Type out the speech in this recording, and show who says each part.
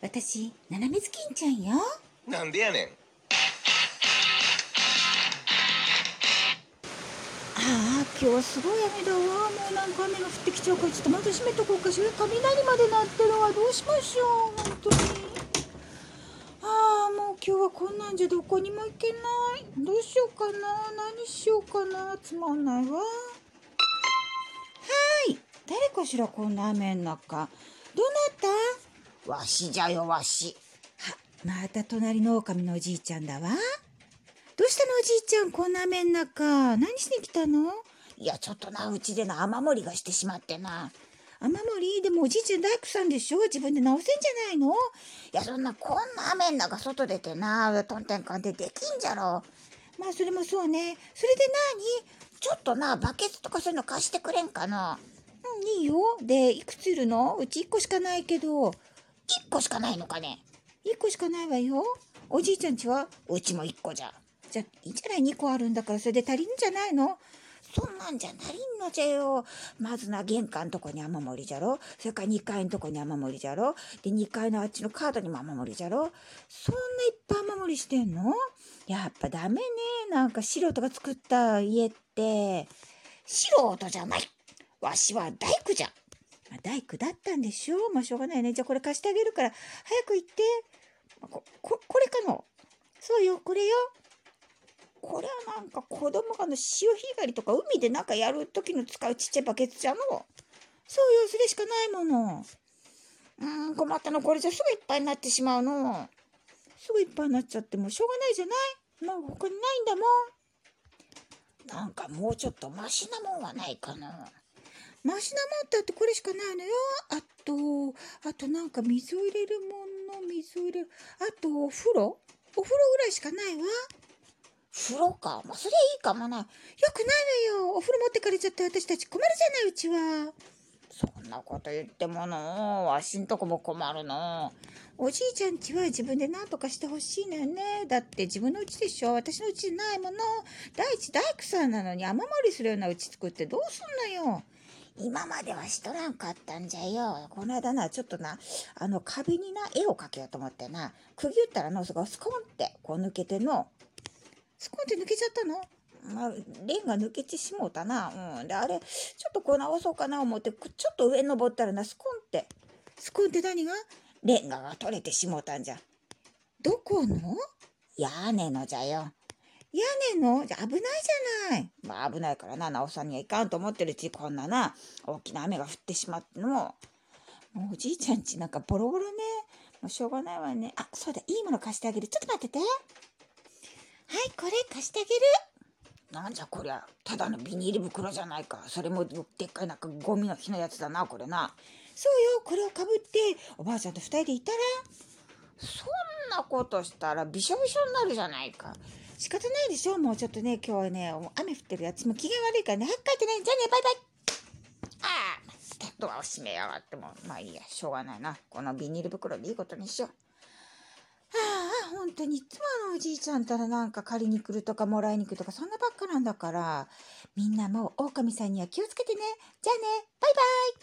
Speaker 1: 私斜めずきんちゃんよ
Speaker 2: なんでやねん
Speaker 1: ああ今日はすごい雨だわもうなんか雨が降ってきちゃうからちょっと窓閉めとこうかしら雷まで鳴ってるわどうしましょう本当にああもう今日はこんなんじゃどこにも行けないどうしようかな何しようかなつまんないわはーい誰かしらこんな雨の中どなたわしじゃよわしはまた隣の狼のおじいちゃんだわどうしたのおじいちゃんこんな雨ん中何しに来たの
Speaker 3: いや、ちょっとな、うちでな、雨漏りがしてしまってな。
Speaker 1: 雨漏りでもおじいちゃん大工さんでしょ自分で直せんじゃないの
Speaker 3: いや、そんな、こんな雨ん中外出てな、とんてんかんでできんじゃろ。
Speaker 1: まあそれもそうねそれで
Speaker 3: ちょっとな、バケツとかそういうの貸してくれんかな。
Speaker 1: 何うんいいよでいくついるのうち1個しかないけど1
Speaker 3: 1個しかないのかね。
Speaker 1: 個しかないわよおじいちゃんちは
Speaker 3: うちも1個じゃ。
Speaker 1: じゃあいいんじゃない2個あるんだからそれで足りんじゃないの
Speaker 3: そんなんじゃなりんのじゃよ。まずな、玄関のとこに雨漏りじゃろ。それから2階のとこに雨漏りじゃろ。で、2階のあっちのカードにも雨漏りじゃろ。
Speaker 1: そんないっぱい雨漏りしてんのやっぱダメねなんか素人が作った家って、
Speaker 3: 素人じゃない。わしは大工じゃ。
Speaker 1: まあ、大工だったんでしょまあしょうがないねじゃあこれ貸してあげるから早く行ってあこここれかのそうよこれよ
Speaker 3: これはなんか子供があの潮干狩りとか海でなんかやる時の使うちっちゃいバケツじゃの。
Speaker 1: そうよそれしかないもの
Speaker 3: うーん、困ったの。これじゃすぐいっぱいになってしまうの。
Speaker 1: すぐいっぱいになっちゃってもうしょうがないじゃないもう他にないんだもん
Speaker 3: なんかもうちょっとマシなもんはないかな。
Speaker 1: マシなもんだってこれしかないのよあとあとなんか水を入れるもの水を入れるあとお風呂お風呂ぐらいしかないわよ
Speaker 3: 風呂か。まあ、そりゃいいかもな。
Speaker 1: くないわよお風呂持ってかれちゃって私たち困るじゃないうちは
Speaker 3: そんなこと言ってもの。わしんとこも困るの。
Speaker 1: おじいちゃんちは自分で何とかしてほしいのよねだって自分のうちでしょ私のうちじゃないもの第一大工さんなのに雨漏りするようなうち作ってどうすんのよ
Speaker 3: 今まではしとらんかったんじゃよ。この間な、ちょっとな、あの壁にな、絵を描けようと思ってな、釘打ったらの、そこがスコンって、こう抜けての。
Speaker 1: スコンって抜けちゃったの
Speaker 3: まあ、レンガ抜けてしもうたな。うん。で、あれ、ちょっとこう直そうかな思って、くちょっと上登ったらな、スコンって、
Speaker 1: スコンって何が
Speaker 3: レンガが取れてしもうたんじゃ。
Speaker 1: どこの
Speaker 3: 屋根のじゃよ。
Speaker 1: 屋根のじゃあ危ないじゃない
Speaker 3: まあ危ないからな、直さんにはいかんと思ってるうち、こんなな、大きな雨が降ってしまってのも、もうおじいちゃんちなんかボロボロね。もうしょうがないわね。あ、そうだ、いいもの貸してあげる。ちょっと待ってて。
Speaker 1: はいこれ貸してあげ
Speaker 3: なんじゃこりゃ、ただのビニール袋じゃないか。それもでっかいなんかゴミの日のやつだな、これな。
Speaker 1: るそうよこれをかぶっておばあちゃんと二人でいたら
Speaker 3: そんなことしたらびしょびしょになるじゃないか。
Speaker 1: 仕方ないでしょもうちょっとね今日はね雨降ってるやつもう機嫌悪いからね早く帰ってねじゃあねバイバイ
Speaker 3: ああ、ドアを閉めやがっても、まあいいや、しょうがないな。このビニール袋でいいことにしよう。
Speaker 1: ああ本当にいつもあのおじいちゃんたらなんか借りに来るとかもらいに来るとかそんなばっかなんだからみんなもう狼さんには気をつけてねじゃあねバイバイ